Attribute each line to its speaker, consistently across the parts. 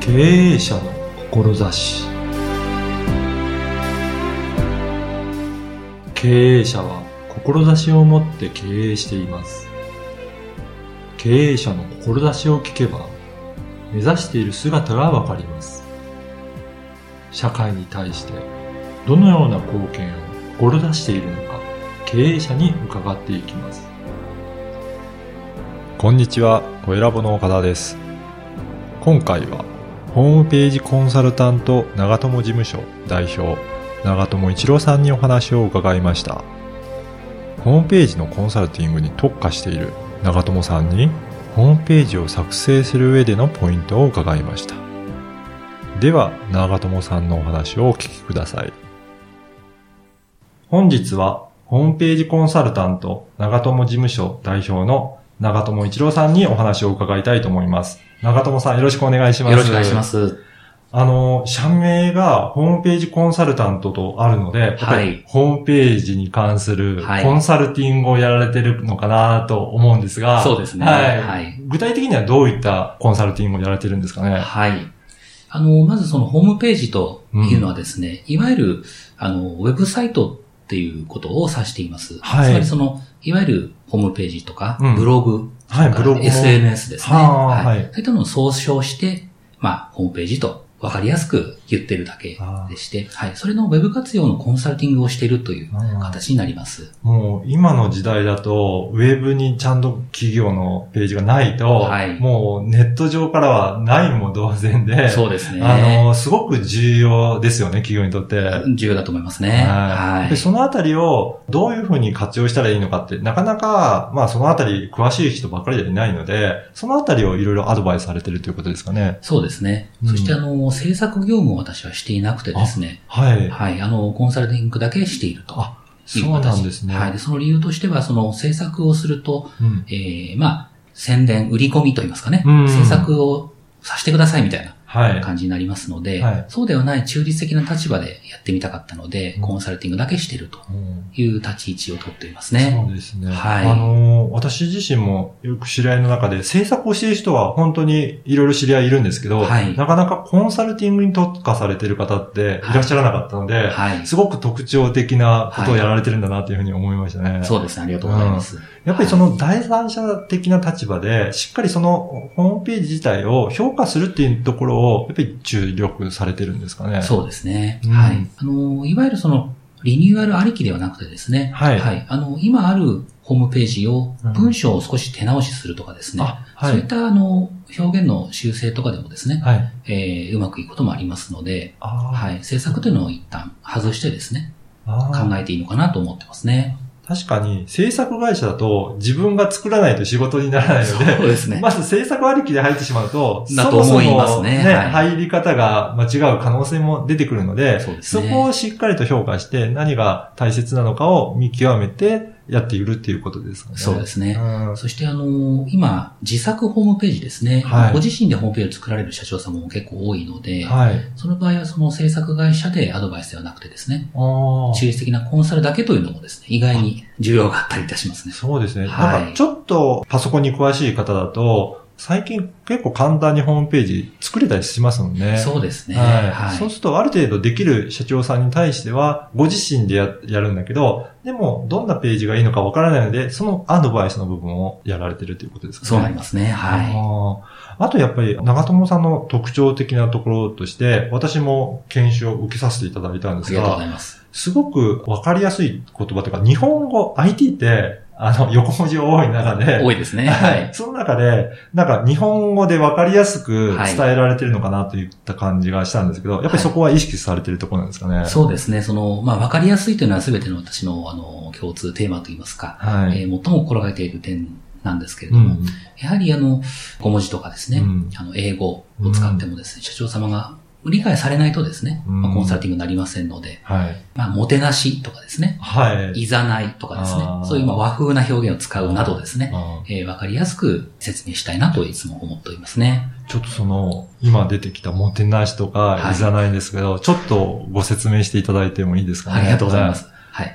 Speaker 1: 経営者の志経営者は志を持って経営しています経営者の志を聞けば目指している姿がわかります社会に対してどのような貢献を志しているのか経営者に伺っていきます
Speaker 2: こんにちは、お選ぼの岡田です。今回は、ホームページコンサルタント長友事務所代表、長友一郎さんにお話を伺いました。ホームページのコンサルティングに特化している長友さんに、ホームページを作成する上でのポイントを伺いました。では、長友さんのお話をお聞きください。
Speaker 1: 本日は、ホームページコンサルタント長友事務所代表の長友一郎さんにお話を伺いたいと思います。長友さんよろしくお願いします。
Speaker 3: よろしくお願いします。、
Speaker 1: あの、社名がホームページコンサルタントとあるので、はい、ホームページに関するコンサルティングをやられてるのかなと思うんですが、はい
Speaker 3: そうですね、
Speaker 1: はい、はい。具体的にはどういったコンサルティングをやられてるんですかね。
Speaker 3: はい。あの、まずそのホームページというのはですね、うん、いわゆる、あの、ウェブサイトっていうことを指しています。はい、つまりその、いわゆるホームページとか、ブログとか、SNS ですね。はい。そういったのを総称して、まあ、ホームページと分かりやすく言ってるだけでして、はい。それのウェブ活用のコンサルティングをしているという形になります。
Speaker 1: もう、今の時代だと、ウェブにちゃんと企業のページがないと、はい、もうネット上からはないも同然で、
Speaker 3: そうですね。
Speaker 1: あの、すごく重要ですよね、企業にとって。
Speaker 3: 重要だと思いますね。
Speaker 1: はい。でそのあたりをどういうふうに活用したらいいのかって、なかなか、まあ、そのあたり詳しい人ばっかりでいないので、そのあたりをいろいろアドバイスされてるということですかね。
Speaker 3: そうですね。そして、あの、うん制作業務を私はしていなくてですね。
Speaker 1: はい。
Speaker 3: はい。あの、コンサルティングだけしていると
Speaker 1: い。そうなんですね。
Speaker 3: はい。で、その理由としては、その制作をすると、うん、ええー、まあ、宣伝、売り込みといいますかね。うん、制作をさせてくださいみたいな感じになりますので、はいはい、そうではない中立的な立場でやってみたかったので、うん、コンサルティングだけしてるという立ち位置をとっていますね。、
Speaker 1: そうですね。はい。あのー、私自身もよく知り合いの中で制作をしている人は本当にいろいろ知り合いいるんですけど、はい、なかなかコンサルティングに特化されている方っていらっしゃらなかったので、はいすごく特徴的なことをやられてるんだなというふうに思いましたね。はい
Speaker 3: そうですね。ありがとうございます、うん、
Speaker 1: やっぱりその第三者的な立場で、しっかりそのホームページ自体を評価するっていうところを、やっぱり注力されてるんですかね。
Speaker 3: そうですね。うん、はい。あの、いわゆるその、リニューアルありきではなくてですね。はい。はい。あの、今あるホームページを、文章を少し手直しするとかですね。うん、はい、そういった、あの、表現の修正とかでもですね。はい。えー、うまくいくこともありますので、はい。制作というのを一旦外してですね。考えていいのかなと思ってますね。
Speaker 1: 確かに、制作会社だと自分が作らないと仕事にならないので、
Speaker 3: そうですね。
Speaker 1: まず制作ありきで入ってしまうと、
Speaker 3: だと思いますね。
Speaker 1: ね、入り方が間違う可能性も出てくるので、そうですね、そこをしっかりと評価して何が大切なのかを見極めて、やっているっていうことですかね。
Speaker 3: そうですね。うん、そしてあの今、自作ホームページですね、はい、ご自身でホームページを作られる社長さんも結構多いので、はい、その場合はその制作会社でアドバイスではなくてですね、中立的なコンサルだけというのもですね、意外に重要があったりいたしますね。
Speaker 1: そうですね。はい、なんかちょっとパソコンに詳しい方だと、最近結構簡単にホームページ作れたりしますもんね。
Speaker 3: そうですね。
Speaker 1: はい。はい、そうすると、ある程度できる社長さんに対しては、ご自身でややるんだけど、でも、どんなページがいいのかわからないので、そのアドバイスの部分をやられてるということですかね。。
Speaker 3: そうなりますね。はい
Speaker 1: あと、やっぱり、長友さんの特徴的なところとして、私も研修を受けさせていただいたんですが、
Speaker 3: ありがとうございます。
Speaker 1: すごくわかりやすい言葉というか、日本語、IT って、あの、横文字多い中で。
Speaker 3: 多いですね。
Speaker 1: はい 。その中で、なんか日本語で分かりやすく伝えられてるのかなといった感じがしたんですけど、はい、やっぱりそこは意識されてるところなんですかね。はい、
Speaker 3: そうですね。その、まあ、分かりやすいというのは全ての私の、あの、共通テーマといいますか、はい、えー、最も心がけている点なんですけれども、うん、やはりあの、5文字とかですね、うん、あの、英語を使ってもですね、うん、社長様が理解されないとですね、まあ、コンサルティングになりませんので、はい、まあ、もてなしとかですね、、
Speaker 1: はい
Speaker 3: いざないとかですね、そういうまあ和風な表現を使うなどですね、えー、わかりやすく説明したいなといつも思っておりますね。
Speaker 1: ちょっとその、今出てきたもてなしとか、いざないんですけど、はい、ちょっとご説明していただいてもいいですかね。
Speaker 3: ありがとうございます。はい。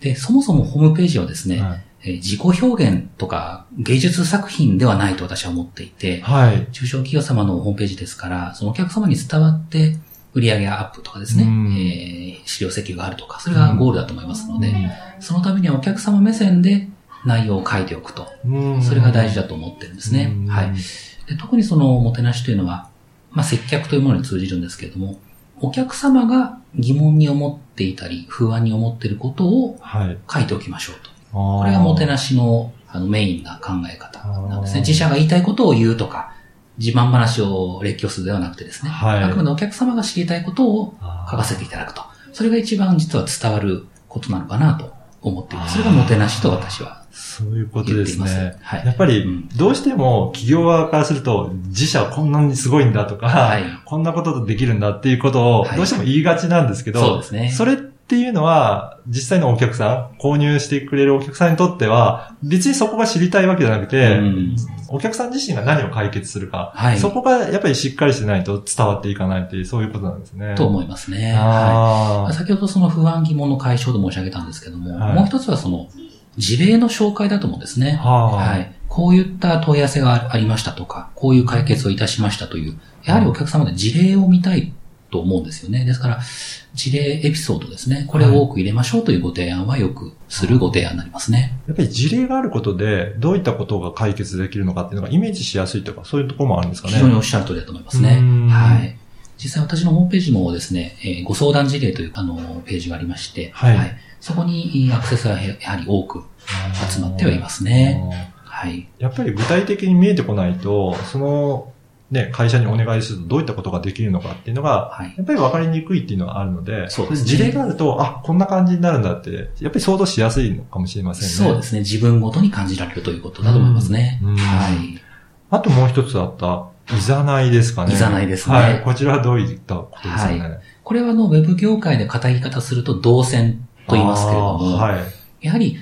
Speaker 3: で、そもそもホームページはですね、はい、ええー自己表現とか芸術作品ではないと私は思っていて、
Speaker 1: はい。
Speaker 3: 中小企業様のホームページですから、そのお客様に伝わって売上アップとかですね、
Speaker 1: うん
Speaker 3: えー資料請求があるとか、それがゴールだと思いますので、そのためにはお客様目線で内容を書いておくと、
Speaker 1: うん
Speaker 3: それが大事だと思ってるんですね。
Speaker 1: うん
Speaker 3: はい。で特にそのおもてなしというのは、まあ、接客というものに通じるんですけれども、お客様が疑問に思っていたり、不安に思っていることを
Speaker 1: はい。
Speaker 3: 書いておきましょうと。
Speaker 1: こ
Speaker 3: これがもて
Speaker 1: い。
Speaker 3: なしのあのメインな考え方なんですね。
Speaker 1: あー
Speaker 3: 自社が言いたいことを言うとか、自慢話を列挙するではなくてですね、
Speaker 1: はい
Speaker 3: あくまでお客様が知りたいことを書かせていただくと。それが一番実は伝わることなのかなと思っています。それがもてなしと私は
Speaker 1: そういうこと
Speaker 3: 言
Speaker 1: で
Speaker 3: ってい
Speaker 1: す
Speaker 3: ます。
Speaker 1: ね。
Speaker 3: はい。
Speaker 1: やっぱ
Speaker 3: う
Speaker 1: り
Speaker 3: ん、
Speaker 1: どうしても企業側からすると、自社こんなにすごいんだとか、
Speaker 3: はい
Speaker 1: こんなことできるんだっていうことを
Speaker 3: は、い
Speaker 1: どうしても言いがちなんですけど、
Speaker 3: そうですね。
Speaker 1: それっていうのは、実際のお客さん、購入してくれるお客さんにとっては、別にそこが知りたいわけじゃなくて、
Speaker 3: うん
Speaker 1: お客さん自身が何を解決するか、
Speaker 3: はい。
Speaker 1: そこがやっぱりしっかりしてないと伝わっていかないっていう、そういうことなんですね。
Speaker 3: と思いますね。は
Speaker 1: あ
Speaker 3: い。先ほどその不安疑問の解消と申し上げたんですけども、
Speaker 1: はい
Speaker 3: もう一つはその事例の紹介だと思うんですね
Speaker 1: あ。。は。
Speaker 3: はいい。こういった問い合わせがありましたとか、こういう解決をいたしましたという、やはりお客様で事例を見たいと思うんですよね。ですから、事例エピソードですね。これを多く入れましょうというご提案はよくするご提案になりますね。
Speaker 1: やっぱり事例があることで、どういったことが解決できるのかっていうのがイメージしやすいとか、そういうところもあるんですかね。
Speaker 3: 非常におっしゃる通りだと思いますね
Speaker 1: うん。
Speaker 3: はい。実際私のホームページもですね、えーご相談事例というあのページがありまして、
Speaker 1: はい
Speaker 3: そこにえーアクセスがややはり多く集まってはいますね。
Speaker 1: ね。
Speaker 3: はい。
Speaker 1: やっぱり具体的に見えてこないと、その、ね、会社にお願いするとどういったことができるのかっていうのが、
Speaker 3: はい。
Speaker 1: やっぱり分かりにくいっていうのはあるので、
Speaker 3: そうですね
Speaker 1: 事例があると、あ、こんな感じになるんだって、やっぱり想像しやすいのかもしれませんね。
Speaker 3: そうですね。自分ごとに感じられるということだと思いますね。
Speaker 1: うんうん
Speaker 3: はい。
Speaker 1: あともう一つあった、いざないですかね。
Speaker 3: いざないですね
Speaker 1: はい。こちらはどういったことですかね。
Speaker 3: はこれはあの、ウェブ業界で語り方すると、動線と言いますけれども、
Speaker 1: あーはい。
Speaker 3: やはり、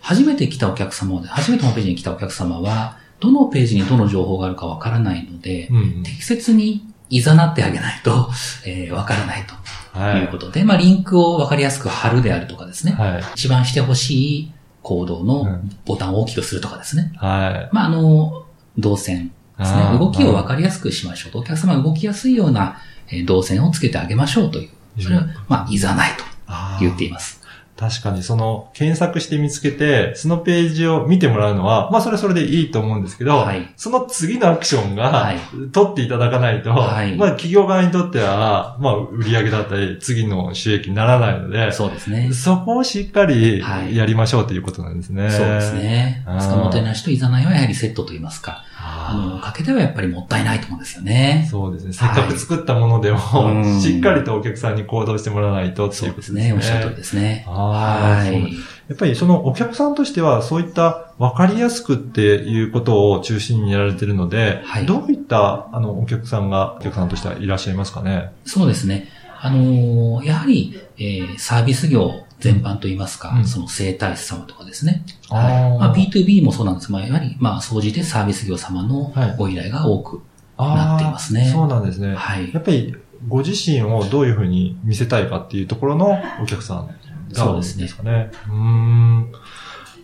Speaker 3: 初めて来たお客様で、初めてホームページに来たお客様は、どのページにどの情報があるかわからないので、
Speaker 1: うん。
Speaker 3: 適切にいざなってあげないと、 えーわからないと
Speaker 1: はい
Speaker 3: いうことで、まあ、リンクをわかりやすく貼るであるとかですね、
Speaker 1: はい。
Speaker 3: 一番してほしい行動
Speaker 1: う
Speaker 3: の
Speaker 1: ん
Speaker 3: ボタンを大きくするとかですね。
Speaker 1: はい。
Speaker 3: まあ、あの、動線です
Speaker 1: あ
Speaker 3: ね。
Speaker 1: ー
Speaker 3: 動きをわかりやすくしましょうと。お客様が動きやすいようなえー動線をつけてあげましょうという。それは、まあ、いざないと
Speaker 1: あー
Speaker 3: 言っています。
Speaker 1: 確かにその検索して見つけて、そのページを見てもらうのは、まあそれはそれでいいと思うんですけど、
Speaker 3: はい
Speaker 1: その次のアクションが、
Speaker 3: はい
Speaker 1: 取っていただかないと、
Speaker 3: はい
Speaker 1: まあ企業側にとっては、まあ売り上げだったり、次の収益にならないので、
Speaker 3: そうですね。
Speaker 1: そこをしっかり
Speaker 3: はい
Speaker 1: やりましょうということなんですね。
Speaker 3: そうです。ね。
Speaker 1: あー
Speaker 3: ですからもてなしといざないはやはりセットと言いますか。あ
Speaker 1: あ
Speaker 3: の、かけてはやっぱりもったいないと思うんですよね
Speaker 1: ー。そうですね。せっかく作ったものでも、
Speaker 3: はいうん
Speaker 1: しっかりとお客さんに行動してもらわないとってい
Speaker 3: そうう
Speaker 1: ことです
Speaker 3: です
Speaker 1: ね。
Speaker 3: ね。おっしゃる通りですね。
Speaker 1: あー
Speaker 3: は
Speaker 1: そうなん
Speaker 3: い。
Speaker 1: やっぱりそのお客さんとしてはそういった分かりやすくっていうことを中心にやられてるので、
Speaker 3: はい
Speaker 1: どういったあのお客さんが、お客さんとしてはいらっしゃいますかね。
Speaker 3: そうですね。あのーやはり、えーサービス業全般といいますか、
Speaker 1: うん
Speaker 3: その生態師様とかですね。
Speaker 1: あー
Speaker 3: はい。まあ、B2B もそうなんですが、まあ、やはり、まあ、総じてサービス業様の
Speaker 1: はい
Speaker 3: ご依頼が多く、
Speaker 1: あー
Speaker 3: なっていますね
Speaker 1: そうなんですね。
Speaker 3: はい
Speaker 1: や。っぱりご自身をどういうふうに見せたいかっていうところのお客さんが多いんですかね。うーん。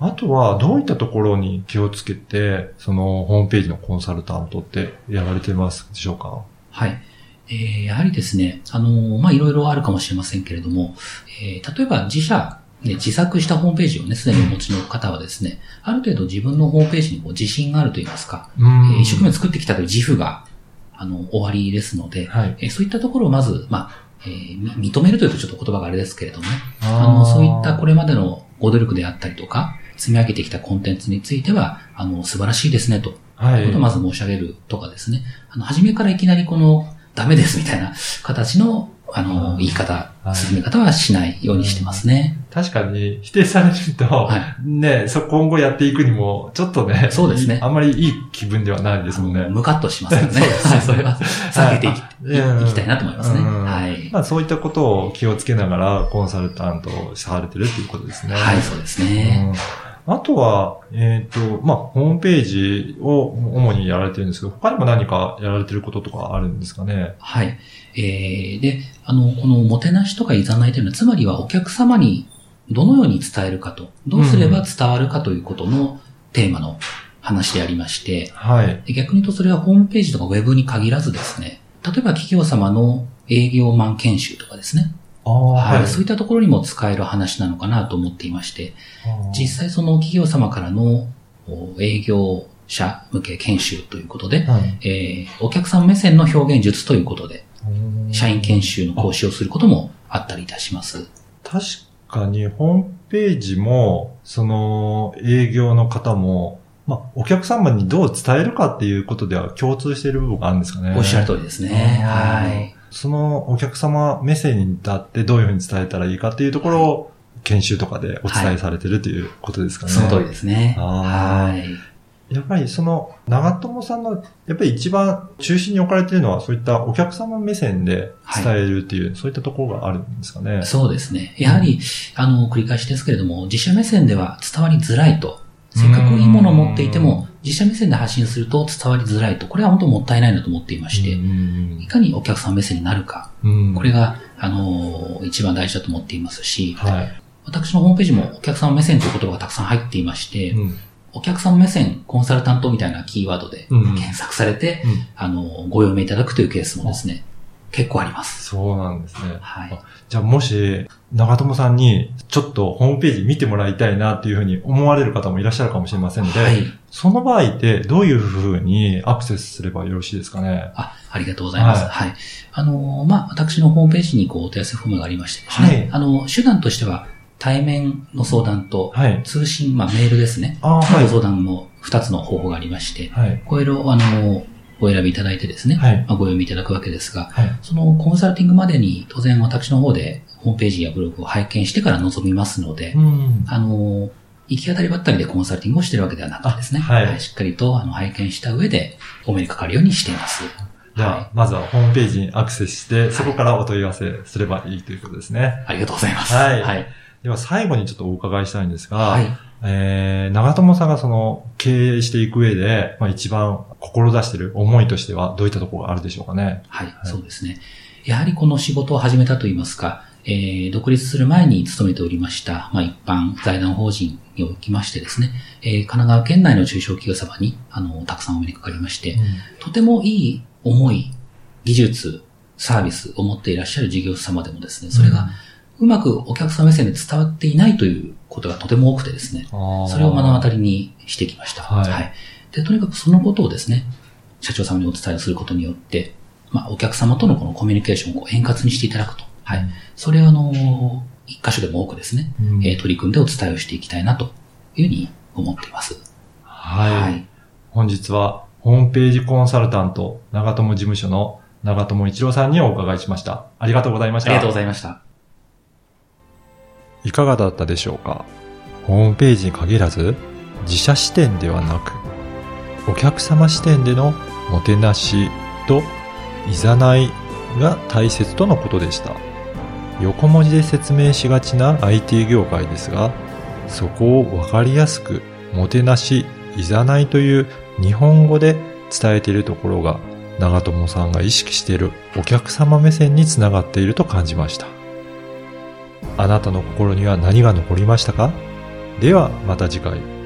Speaker 1: あとは、どういったところに気をつけて、その、ホームページのコンサルタントってやられてますでしょうか
Speaker 3: はい。えーやはりですね、あのーまあ、いろいろあるかもしれませんけれども、えー例えば自社、ね、自作したホームページをね、すでにお持ちの方はですね、ある程度自分のホームページにこう自信があるといいますか、
Speaker 1: う
Speaker 3: え
Speaker 1: ん
Speaker 3: ー一生懸命作ってきたという自負が、あの、終わりですので、
Speaker 1: はい。
Speaker 3: えーそういったところをまず、まあ、えーみ認めるというとちょっと言葉があれですけれどもね、あの、そういったこれまでのご努力であったりとか、積み上げてきたコンテンツについては、あの、素晴らしいですね、と
Speaker 1: れ、は
Speaker 3: ということをまず申し上げるとかですね、あの、初めからいきなりこの、ダメですみたいな形の、あ
Speaker 1: うん
Speaker 3: の、言い方、
Speaker 1: はい
Speaker 3: 進め方はしないようにしてますね。
Speaker 1: 確かに否定されると、
Speaker 3: は
Speaker 1: ね、そ、今後やっていくにも、ちょっとね、
Speaker 3: そうですね
Speaker 1: いあんまりいい気分ではないですもん
Speaker 3: あの
Speaker 1: ね。
Speaker 3: ムカッとしますよね。
Speaker 1: そうです
Speaker 3: はい、それ は避けていき,、
Speaker 1: はい
Speaker 3: きたいなと思いますね。
Speaker 1: うん
Speaker 3: はい。
Speaker 1: まあそういったことを気をつけながらコンサルタントをされてるっていうことですね。
Speaker 3: はい、そうですね。
Speaker 1: うんあとは、えっ、と、まあ、ホームページを主にやられてるんですけど、他にも何かやられてることとかあるんですかね
Speaker 3: はい。えー、で、あの、この、もてなしとかいざないというのは、つまりはお客様にどのように伝えるかと、どうすれば伝わるかということのテーマの話でありまして、
Speaker 1: はい
Speaker 3: で逆に言うとそれはホームページとかウェブに限らずですね、例えば企業様の営業マン研修とかですね、、
Speaker 1: はい
Speaker 3: はい、そういったところにも使える話なのかなと思っていまして、実際その企業様からの営業者向け研修ということで、はい、えー、お客さん目線の表現術ということで、社員研修の講師をすることもあったりいたします。
Speaker 1: 確かにホームページも、その営業の方も、まあ、お客様にどう伝えるかっていうことでは共通している部分があるんですかね。
Speaker 3: おっしゃる通りですね。はい。
Speaker 1: そのお客様目線に立ってどういうふうに伝えたらいいかっていうところを、研修とかでお伝えされてる、はい、ということですかね。
Speaker 3: その通りですね。
Speaker 1: はい。やっぱりその、長友さんの、やっぱり一番中心に置かれているのは、そういったお客様目線で伝えるっていう、はい、そういったところがあるんですかね。
Speaker 3: そうですね。やはり、うん、あの、繰り返しですけれども、自社目線では伝わりづらいと。せっかくいいものを持っていても、自社目線で発信すると伝わりづらいと。これは本当もったいないなと思っていまして、いかにお客さん目線になるか。これが、あの、一番大事だと思っていますし、
Speaker 1: はい、
Speaker 3: 私のホームページもお客さん目線という言葉がたくさん入っていまして、うん、お客さん目線コンサルタントみたいなキーワードで検索されて、うんうん、あの、ご読みいただくというケースもですね、結構あります。
Speaker 1: そうなんですね。
Speaker 3: はい。
Speaker 1: じゃあもし、長友さんに、ちょっとホームページ見てもらいたいなっていうふうに思われる方もいらっしゃるかもしれませんので、はい、その場合ってどういうふうにアクセスすればよろしいですかね。
Speaker 3: あ、ありがとうございます。はい。はい、あの、まあ、私のホームページにこう、お問い合わせフォームがありましてですね、はい、あの、手段としては、対面の相談と、通信、まあ、メールですね。
Speaker 1: あ
Speaker 3: はい、相談の2つの方法がありまして、
Speaker 1: はい、
Speaker 3: これを、あの、お選びいただいてですね、
Speaker 1: はい、まあ、
Speaker 3: ご読みいただくわけですが、はい、そのコンサルティングまでに当然私の方でホームページやブログを拝見してから臨みますので、
Speaker 1: うん、
Speaker 3: あの、行き当たりばったりでコンサルティングをしてるわけではなくてですね、
Speaker 1: はい、
Speaker 3: しっかりとあの拝見した上でお目にかかるようにしています。
Speaker 1: じゃあ、まずはホームページにアクセスして、そこからお問い合わせすればいいということですね。
Speaker 3: ありがとうございます。
Speaker 1: はい。では最後にちょっとお伺いしたいんですが、はい、えー、長友さんがその経営していく上で、まあ、一番志している思いとしてはどういったところがあるでしょうかね。
Speaker 3: はい、はい、そうですね。やはりこの仕事を始めたといいますか、えー、独立する前に勤めておりました、まあ、一般財団法人におきましてですね、えー、神奈川県内の中小企業様に、あの、たくさんお目にかかりまして、うん、とてもいい思い、技術、サービスを持っていらっしゃる事業者様でもですね、それが、うんうまくお客さん目線で伝わっていないということがとても多くてですね、それを目の当たりにしてきました。
Speaker 1: はい、はい、
Speaker 3: でとにかくそのことをですね、社長様にお伝えすることによって、まあ、お客様とのこのコミュニケーションを円滑にしていただくと。はい。それを、あの、一箇所でも多くですね、うん、えー、取り組んでお伝えをしていきたいなというふうに思っています。
Speaker 1: はい。はい、本日は、ホームページコンサルタント、長友事務所の長友一郎さんにお伺いしました。ありがとうございました。
Speaker 3: ありがとうございました。
Speaker 1: いかがだったでしょうかホームページに限らず自社視点ではなくお客様視点でのもてなしといざないが大切とのことでした横文字で説明しがちな IT 業界ですがそこをわかりやすくもてなしいざないという日本語で伝えているところが長友さんが意識しているお客様目線につながっていると感じましたあなたの心には何が残りましたかではまた次回。